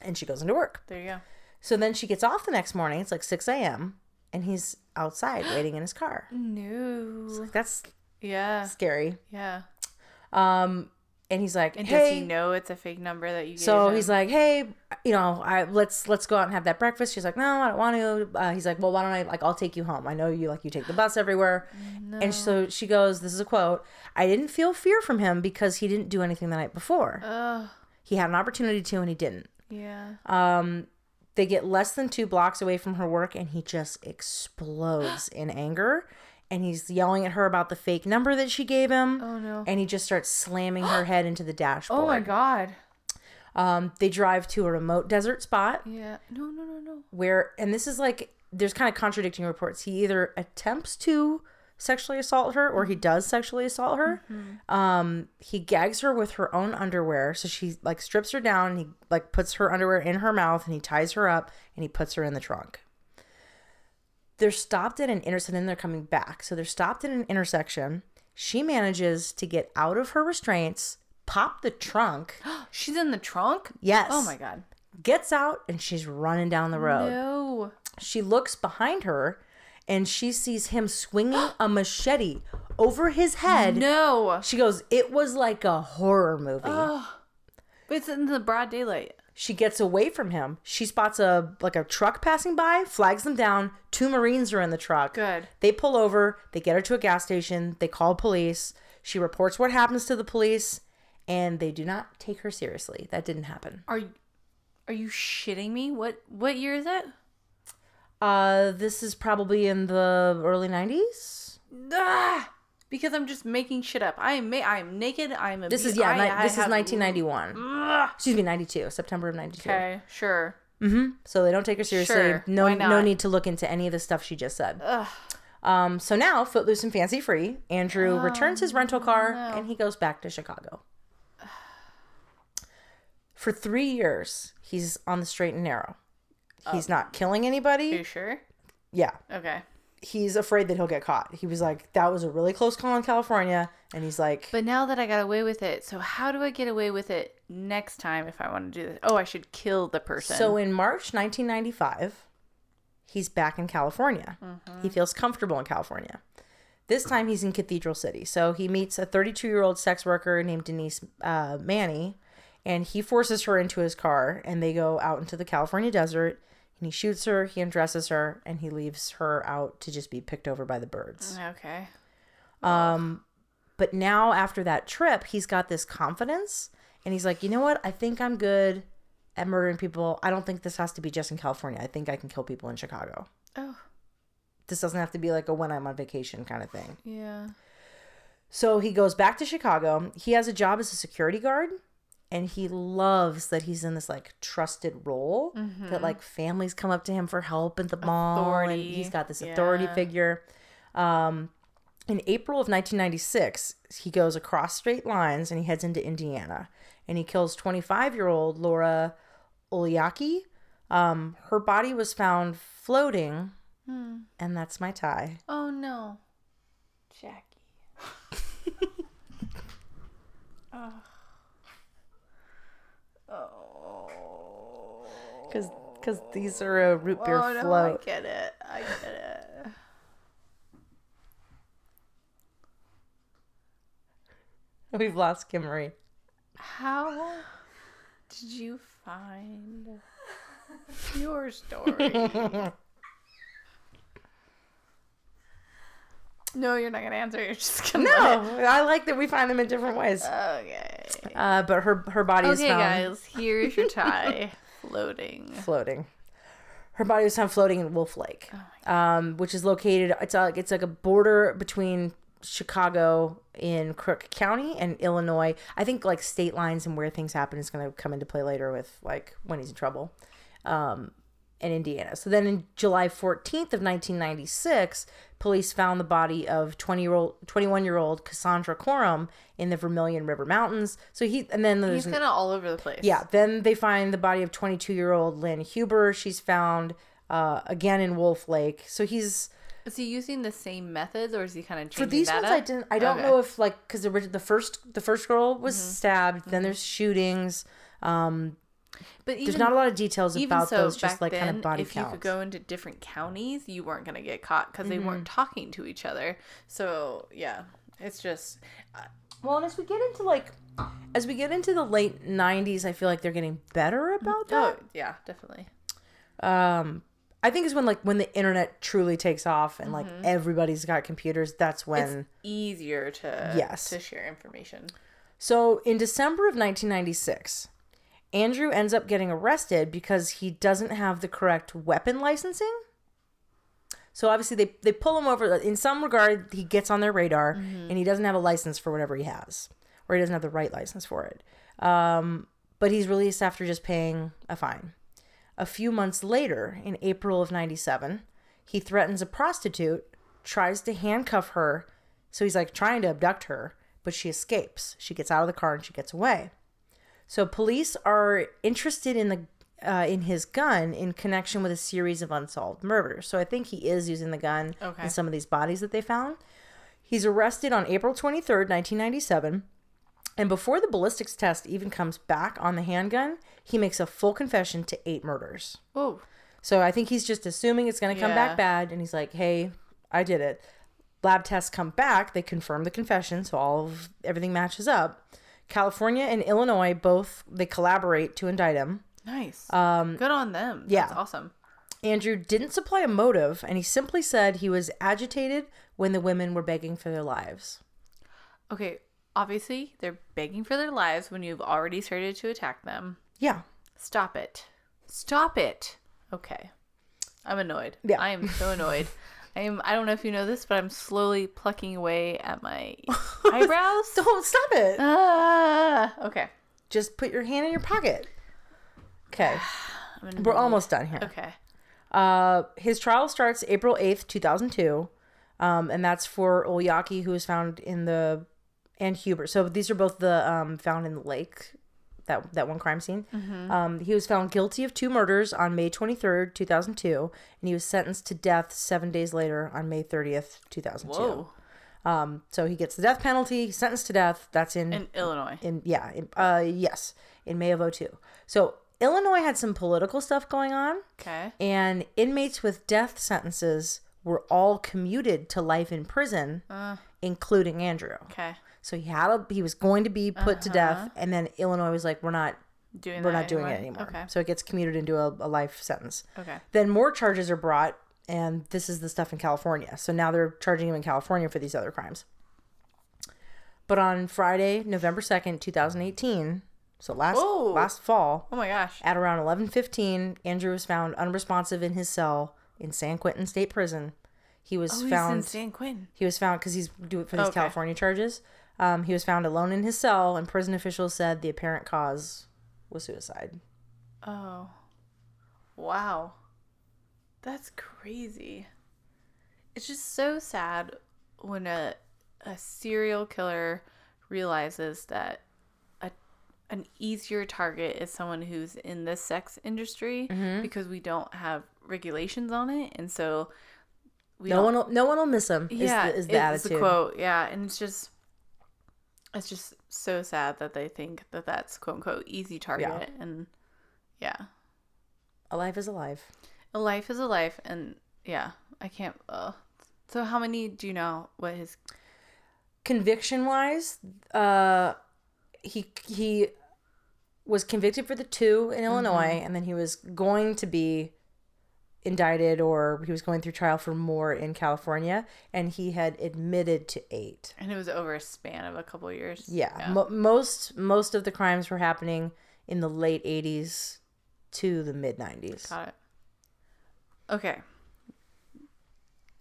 Speaker 2: and she goes into work.
Speaker 1: There you go.
Speaker 2: So then she gets off the next morning. It's like 6 a.m. and he's outside waiting in his car.
Speaker 1: No.
Speaker 2: Like, that's
Speaker 1: Yeah.
Speaker 2: scary.
Speaker 1: Yeah.
Speaker 2: Um, and he's like,
Speaker 1: And does
Speaker 2: hey.
Speaker 1: he know it's a fake number that you gave
Speaker 2: so
Speaker 1: him?
Speaker 2: he's like, hey, you know, I let's let's go out and have that breakfast. She's like, no, I don't want to. Uh, he's like, well, why don't I like I'll take you home. I know you like you take the bus everywhere. And so she goes, this is a quote. I didn't feel fear from him because he didn't do anything the night before.
Speaker 1: Ugh.
Speaker 2: He had an opportunity to, and he didn't.
Speaker 1: Yeah.
Speaker 2: Um, they get less than two blocks away from her work, and he just explodes in anger. And he's yelling at her about the fake number that she gave him.
Speaker 1: Oh, no.
Speaker 2: And he just starts slamming her head into the dashboard.
Speaker 1: Oh my god.
Speaker 2: Um, they drive to a remote desert spot
Speaker 1: Yeah. No, no, no, no.
Speaker 2: where, and this is like, there's kind of contradicting reports. He either attempts to sexually assault her or he does sexually assault her.
Speaker 1: Mm-hmm.
Speaker 2: Um, he gags her with her own underwear. So she like strips her down. And he like puts her underwear in her mouth and he ties her up and he puts her in the trunk. They're stopped at an intersection and then they're coming back. So they're stopped at an intersection. She manages to get out of her restraints, pop the trunk.
Speaker 1: She's in the trunk?
Speaker 2: Yes.
Speaker 1: Oh my god.
Speaker 2: Gets out and she's running down the road
Speaker 1: No.
Speaker 2: she looks behind her and she sees him swinging a machete over his head.
Speaker 1: No.
Speaker 2: She goes, It was like a horror movie.
Speaker 1: It's in the broad daylight.
Speaker 2: She gets away from him. She spots a like a truck passing by, flags them down. Two Marines are in the truck.
Speaker 1: Good.
Speaker 2: They pull over, they get her to a gas station, they call police. She reports what happens to the police, and they do not take her seriously. That didn't happen.
Speaker 1: Are are you shitting me? What what year is it?
Speaker 2: Uh, this is probably in the early 90s.
Speaker 1: Ah, because I'm just making shit up. I am ma- I am naked. I'm a.
Speaker 2: This is,
Speaker 1: be-
Speaker 2: yeah,
Speaker 1: I-
Speaker 2: ni-
Speaker 1: I
Speaker 2: this is
Speaker 1: have-
Speaker 2: 1991.
Speaker 1: Ugh.
Speaker 2: Excuse me, 92, September of 92.
Speaker 1: Okay, sure.
Speaker 2: So they don't take her seriously.
Speaker 1: Sure,
Speaker 2: no,
Speaker 1: why
Speaker 2: no
Speaker 1: not?
Speaker 2: need to look into any of the stuff she just said. Um, so now, footloose and fancy free, Andrew
Speaker 1: Oh,
Speaker 2: returns his rental car and he goes back to Chicago. For three years, he's on the straight and narrow. He's
Speaker 1: Oh.
Speaker 2: not killing
Speaker 1: Are
Speaker 2: anybody.
Speaker 1: you sure?
Speaker 2: Yeah,
Speaker 1: Okay.
Speaker 2: he's afraid that he'll get caught. He was like, "That was a really close call in California," and he's like,
Speaker 1: But now that I got away with it, so how do I get away with it next time if I want to do this? Oh, I should kill the person.
Speaker 2: So in March 1995, he's back in California. He feels comfortable in California. This time he's in Cathedral City. So he meets a 32 year old sex worker named Denise uh, Manny, and he forces her into his car, and they go out into the California desert. And he shoots her, he undresses her, and he leaves her out to just be picked over by the birds.
Speaker 1: okay.
Speaker 2: But now after that trip, he's got this confidence and he's like, you know what? I think I'm good at murdering people. I don't think this has to be just in California. I think I can kill people in Chicago.
Speaker 1: Oh,
Speaker 2: This doesn't have to be like a when I'm on vacation kind of thing.
Speaker 1: yeah.
Speaker 2: So he goes back to Chicago. He has a job as a security guard and he loves that he's in this like trusted role that like families come up to him for help at the mall and
Speaker 1: Authority.
Speaker 2: he's got this Mm-hmm. authority
Speaker 1: Yeah.
Speaker 2: figure. Um, in April of 1996, he goes across straight lines and he heads into Indiana and he kills 25 year old Laura Uliacki. Um, her body was found floating, and that's my tie.
Speaker 1: Oh no, Jackie. oh. Oh.
Speaker 2: Because because these are a root beer
Speaker 1: Oh no, I
Speaker 2: float.
Speaker 1: get it. I get it.
Speaker 2: We've lost Kimmery.
Speaker 1: How did you find your story? no, you're not gonna answer. You're just gonna.
Speaker 2: No, I like that we find them in different ways.
Speaker 1: Okay.
Speaker 2: Uh, but her her body is
Speaker 1: Okay,
Speaker 2: found
Speaker 1: guys. Here's your tie. Floating.
Speaker 2: floating. Her body was found floating in Wolf Lake, um, which is located. It's like it's like a border between Chicago in Crook County and Illinois. I think like state lines and where things happen is going to come into play later with like when he's in trouble. um, in Indiana. So then in July 14th of 1996, police found the body of 20 year old 21 year old Cassandra Corum in the Vermilion River Mountains. So he and then
Speaker 1: He's
Speaker 2: there's an-
Speaker 1: kind of all over the place.
Speaker 2: yeah, then they find the body of 22 year old Lynn Huber. She's found uh, again in Wolf Lake. So he's
Speaker 1: Is he using the same methods, or is he kind of
Speaker 2: for
Speaker 1: changing
Speaker 2: these
Speaker 1: that
Speaker 2: ones
Speaker 1: up?
Speaker 2: I didn't I don't
Speaker 1: Okay. Mm-hmm.
Speaker 2: know if like cuz the orig- the first the first girl was stabbed, then there's shootings. um,
Speaker 1: But even,
Speaker 2: There's not a lot of details
Speaker 1: even
Speaker 2: about
Speaker 1: so,
Speaker 2: those
Speaker 1: back
Speaker 2: just like
Speaker 1: then,
Speaker 2: kind of body
Speaker 1: if
Speaker 2: counts. Mm-hmm.
Speaker 1: you could go into different counties, you weren't going to get caught because they weren't talking to each other. So yeah, it's just
Speaker 2: Well, and as we get into like, as we get into the late '90s, I feel like they're getting better about
Speaker 1: oh
Speaker 2: that.
Speaker 1: yeah, definitely.
Speaker 2: Um, I think is when like when the internet truly takes off and like
Speaker 1: Mm-hmm.
Speaker 2: everybody's got computers. That's when.
Speaker 1: Easier to
Speaker 2: Mm. Yes.
Speaker 1: to share information.
Speaker 2: So in December of 1996, Andrew ends up getting arrested because he doesn't have the correct weapon licensing. So obviously they they pull him over. In some regard, he gets on their radar, and he doesn't have a license for whatever he has, or he doesn't have the right license for it. Um, but he's released after just paying a fine. A few months later, in April of 97, he threatens a prostitute, tries to handcuff her. So he's like trying to abduct her, but she escapes. She gets out of the car and she gets away. So police are interested in the uh, in his gun in connection with a series of unsolved murders. So I think he is using the gun
Speaker 1: Okay.
Speaker 2: in some of these bodies that they found. He's arrested on April 23rd, 1997. And before the ballistics test even comes back on the handgun, he makes a full confession to eight murders.
Speaker 1: Oh
Speaker 2: So I think he's just assuming it's going to come
Speaker 1: Yeah.
Speaker 2: back bad, and he's like, "Hey, I did it." Lab tests come back; they confirm the confession, so all of everything matches up. California and Illinois both they collaborate to indict him.
Speaker 1: Nice.
Speaker 2: Um,
Speaker 1: Good on them.
Speaker 2: yeah.
Speaker 1: That's awesome.
Speaker 2: Andrew didn't supply a motive, and he simply said he was agitated when the women were begging for their lives.
Speaker 1: Okay, obviously they're begging for their lives when you've already started to attack them.
Speaker 2: Yeah.
Speaker 1: Stop it. Stop it. Okay. I'm annoyed.
Speaker 2: Yeah.
Speaker 1: I am so annoyed. I am I don't know if you know this, but I'm slowly plucking away at my eyebrows.
Speaker 2: Don't stop it.
Speaker 1: ah, okay.
Speaker 2: Just put your hand in your pocket. Okay.
Speaker 1: I'm gonna-
Speaker 2: We're almost done here.
Speaker 1: Okay.
Speaker 2: Uh, his trial starts April 8th, 2002. Um, and that's for Olyaki, who was found in the, and Hubert. So these are both the um, found in the lake, that, that one crime scene.
Speaker 1: Mm-hmm.
Speaker 2: Um, he was found guilty of two murders on May 23rd, 2002. And he was sentenced to death seven days later on May 30th, 2002.
Speaker 1: Whoa.
Speaker 2: Um, so he gets the death penalty, he's sentenced to death. That's in
Speaker 1: In Illinois.
Speaker 2: in yeah in, uh yes in may of 02 so illinois had some political stuff going on
Speaker 1: Okay.
Speaker 2: and inmates with death sentences were all commuted to life in prison including andrew
Speaker 1: Okay.
Speaker 2: so he had a, he was going to be put
Speaker 1: Uh-huh.
Speaker 2: to death and then illinois was like we're not
Speaker 1: Doing
Speaker 2: we're
Speaker 1: that
Speaker 2: not doing it
Speaker 1: anymore.
Speaker 2: anymore
Speaker 1: Okay.
Speaker 2: so it gets commuted into a, a life sentence
Speaker 1: Okay.
Speaker 2: then more charges are brought and this is the stuff in california so now they're charging him in california for these other crimes but on friday november 2nd 2018 so last
Speaker 1: Whoa.
Speaker 2: last fall
Speaker 1: Oh my gosh.
Speaker 2: at around 11:15 andrew was found unresponsive in his cell in san quentin state prison he was
Speaker 1: Oh, he's in
Speaker 2: found
Speaker 1: San Quentin.
Speaker 2: he was found because he's doing for these
Speaker 1: Okay.
Speaker 2: California charges. Um, he was found alone in his cell, and prison officials said the apparent cause was suicide.
Speaker 1: Oh. Wow. That's crazy. It's just so sad when a a serial killer realizes that a an easier target is someone who's in the sex industry
Speaker 2: Mm-hmm.
Speaker 1: because we don't have regulations on it and so we
Speaker 2: No
Speaker 1: don't-
Speaker 2: one, will, no one will miss him.
Speaker 1: yeah,
Speaker 2: is the, is the
Speaker 1: it's
Speaker 2: attitude.
Speaker 1: quote. Yeah, and it's just, it's just so sad that they think that that's quote unquote easy target, and yeah,
Speaker 2: A life is a life.
Speaker 1: a life is a life, and yeah, I can't. Uh, so how many do you know? What his?
Speaker 2: Conviction wise, uh, he he was convicted for the two
Speaker 1: Mm-hmm.
Speaker 2: in Illinois, and then he was going to be indicted or he was going through trial for more in California, and he had admitted to eight.
Speaker 1: And it was over a span of a couple years.
Speaker 2: Yeah, Mo- most most of the crimes were happening in the late '80s to the mid '90s.
Speaker 1: got it. Okay.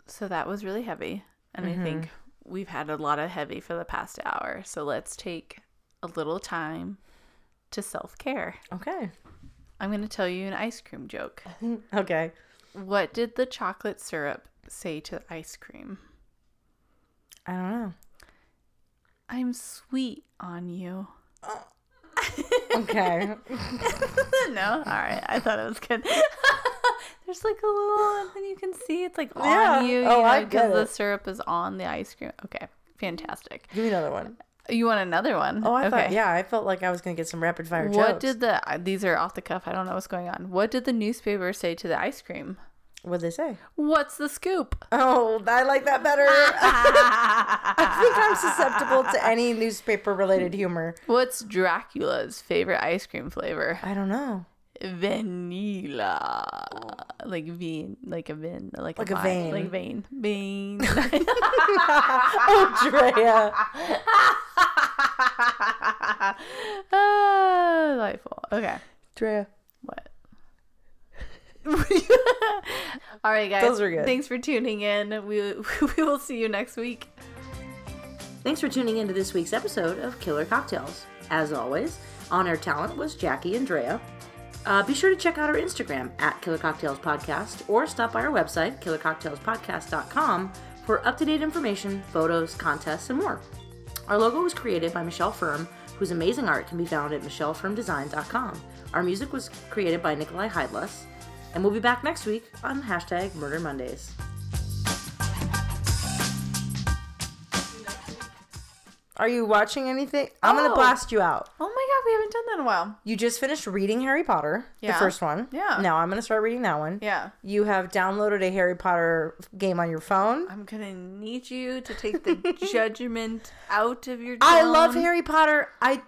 Speaker 1: So that was really heavy, and
Speaker 2: Mm-hmm.
Speaker 1: I think we've had a lot of heavy for the past hour. So let's take a little time to self care.
Speaker 2: Okay,
Speaker 1: I'm going to tell you an ice cream joke.
Speaker 2: okay.
Speaker 1: What did the chocolate syrup say to the ice cream?
Speaker 2: I don't know.
Speaker 1: I'm sweet on you.
Speaker 2: Okay,
Speaker 1: no? All right. I thought it was good. There's like a little, and you can see it's like on
Speaker 2: Yeah.
Speaker 1: you. you
Speaker 2: Oh,
Speaker 1: know,
Speaker 2: I
Speaker 1: Because
Speaker 2: get
Speaker 1: the
Speaker 2: it.
Speaker 1: syrup is on the ice cream. Okay. Fantastic.
Speaker 2: give me another one.
Speaker 1: You want another one?
Speaker 2: Oh, I
Speaker 1: okay.
Speaker 2: thought yeah, I felt like I was gonna get some rapid fire
Speaker 1: What
Speaker 2: jokes.
Speaker 1: did the, uh, these are off the cuff. I don't know what's going on. What did the newspaper say to the ice cream?
Speaker 2: What they say?
Speaker 1: What's the scoop?
Speaker 2: Oh, I like that better. I think I'm susceptible to any newspaper related humor.
Speaker 1: What's Dracula's favorite ice cream flavor?
Speaker 2: I don't know.
Speaker 1: vanilla like vein like a vein like,
Speaker 2: Like
Speaker 1: a,
Speaker 2: a
Speaker 1: vine,
Speaker 2: vein.
Speaker 1: like vein vein
Speaker 2: Oh, Andrea.
Speaker 1: Ah, delightful okay
Speaker 2: Andrea.
Speaker 1: what all right guys
Speaker 2: Those are good.
Speaker 1: thanks for tuning in we we will see you next week
Speaker 2: Thanks for tuning in to this week's episode of Killer Cocktails. As always, on our talent was Jackie Andrea. Uh, be sure to check out our Instagram at Killer Cocktails Podcast or stop by our website, killercocktailspodcast.com, for up to date information, photos, contests, and more. Our logo was created by Michelle Firm, whose amazing art can be found at michellefirmdesign.com. Our music was created by Nikolai Heidless, and we'll be back next week on hashtag Murder Mondays. Are you watching anything? I'm
Speaker 1: gonna blast
Speaker 2: you out.
Speaker 1: oh my god we haven't done that in a while
Speaker 2: You just finished reading Harry Potter,
Speaker 1: Yeah.
Speaker 2: the first one.
Speaker 1: Yeah.
Speaker 2: Now I'm going to start reading that one.
Speaker 1: yeah
Speaker 2: You have downloaded a Harry Potter game on your phone.
Speaker 1: i'm gonna need you to take the judgment out of your
Speaker 2: I love
Speaker 1: tone.
Speaker 2: Harry Potter. I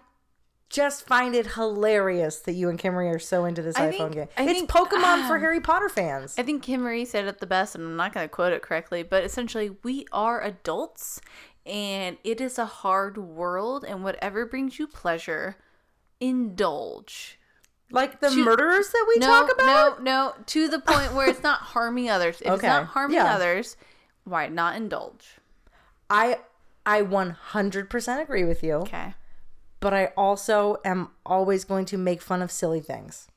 Speaker 2: just find it hilarious that you and Kimry are so into this
Speaker 1: I
Speaker 2: iPhone
Speaker 1: think-
Speaker 2: game.
Speaker 1: I
Speaker 2: it's
Speaker 1: think, um,
Speaker 2: Pokemon for Harry Potter fans.
Speaker 1: I think Kim Marie said it the best, and I'm not going to quote it correctly, but essentially, we are adults and it is a hard world, and whatever brings you pleasure, indulge.
Speaker 2: like the
Speaker 1: Choo-
Speaker 2: murderers that we
Speaker 1: no,
Speaker 2: talk about.
Speaker 1: No, no, to the point where it's not harming others. If it's
Speaker 2: Okay.
Speaker 1: not harming
Speaker 2: Yeah.
Speaker 1: others, why not indulge?
Speaker 2: I I 100% agree with you,
Speaker 1: Okay.
Speaker 2: but I also am always going to make fun of silly things.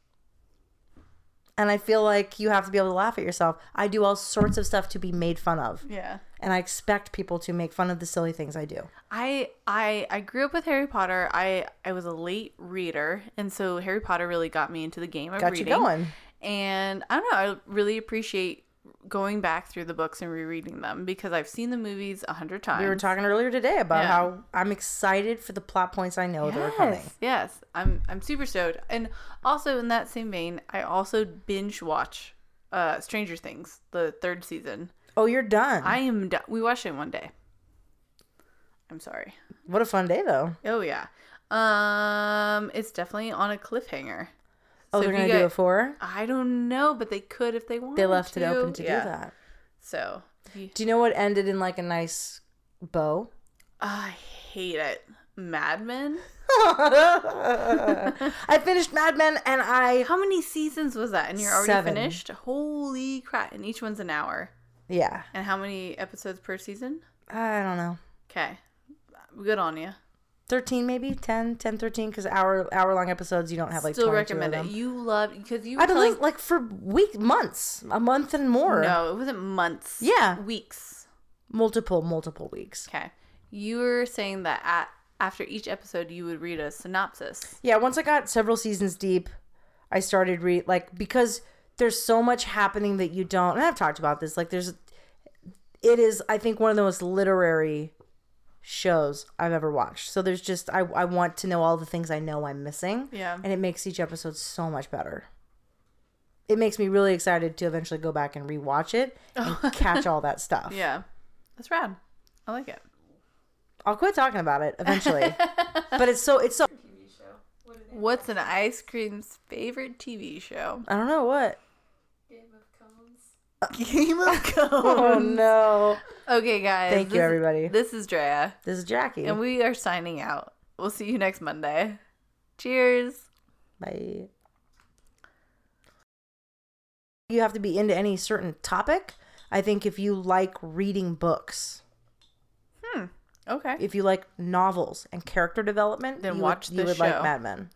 Speaker 2: And I feel like you have to be able to laugh at yourself. I do all sorts of stuff to be made fun of,
Speaker 1: Yeah.
Speaker 2: and I expect people to make fun of the silly things I do.
Speaker 1: I I I grew up with Harry Potter. I I was a late reader, and so Harry Potter really got me into the game of
Speaker 2: Got
Speaker 1: reading.
Speaker 2: you going.
Speaker 1: And I don't know, I really appreciate going back through the books and rereading them because I've seen the movies a hundred times.
Speaker 2: We were talking earlier today about
Speaker 1: Yeah.
Speaker 2: how I'm excited for the plot points I know that are coming.
Speaker 1: Yes, yes, I'm I'm super stoked. And also in that same vein, I also binge watch uh Stranger Things, the third season.
Speaker 2: Oh, you're done.
Speaker 1: I am do- we watched it one day. I'm sorry.
Speaker 2: what a fun day though.
Speaker 1: Oh yeah. Um it's definitely on a cliffhanger.
Speaker 2: Oh,
Speaker 1: So
Speaker 2: they're
Speaker 1: if
Speaker 2: gonna
Speaker 1: you
Speaker 2: do
Speaker 1: got-
Speaker 2: a four.
Speaker 1: I don't know, but they could if they wanted.
Speaker 2: They left
Speaker 1: to.
Speaker 2: it open to
Speaker 1: Yeah.
Speaker 2: do that.
Speaker 1: So you-
Speaker 2: Do you know what ended in like a nice bow?
Speaker 1: I hate it. Mad Men.
Speaker 2: I finished Mad Men and I
Speaker 1: How many seasons was that? And you're already
Speaker 2: Seven.
Speaker 1: finished. Holy crap! And each one's an hour.
Speaker 2: yeah.
Speaker 1: And how many episodes per season?
Speaker 2: I don't know.
Speaker 1: Okay, good on you. 13
Speaker 2: 13 maybe 10 10 13 because hour hour long episodes you don't have like
Speaker 1: Still
Speaker 2: 22
Speaker 1: recommend
Speaker 2: of
Speaker 1: it.
Speaker 2: them.
Speaker 1: You loved because you were
Speaker 2: i've been
Speaker 1: telling.
Speaker 2: listening, like for week months a month and more
Speaker 1: no, it wasn't months.
Speaker 2: Yeah.
Speaker 1: weeks.
Speaker 2: multiple multiple weeks
Speaker 1: Okay, you were saying that at, after each episode you would read a synopsis.
Speaker 2: Yeah, once I got several seasons deep, I started re like because there's so much happening that you don't. And I've talked about this. Like there's, it is I think one of the most literary shows I've ever watched. So there's just I I want to know all the things I know I'm missing.
Speaker 1: Yeah.
Speaker 2: and it makes each episode so much better. It makes me really excited to eventually go back and rewatch it and catch all that stuff.
Speaker 1: Yeah, that's rad. I like it.
Speaker 2: I'll quit talking about it eventually. but it's so it's so
Speaker 3: TV show. What are they?
Speaker 1: What's an ice cream's favorite TV show?
Speaker 2: I don't know what.
Speaker 3: Game of Cones.
Speaker 1: Game of
Speaker 2: Oh
Speaker 1: Cones.
Speaker 2: no.
Speaker 1: Okay, guys.
Speaker 2: Thank you,
Speaker 1: this-
Speaker 2: everybody.
Speaker 1: This is Drea,
Speaker 2: This is Jackie.
Speaker 1: and we are signing out. We'll see you next Monday. Cheers.
Speaker 2: Bye. You have to be into any certain topic. I think if you like reading books,
Speaker 1: Okay.
Speaker 2: Hmm. if you like novels and character development,
Speaker 1: Then
Speaker 2: you
Speaker 1: watch
Speaker 2: would, you
Speaker 1: this
Speaker 2: would
Speaker 1: show.
Speaker 2: like Mad Men.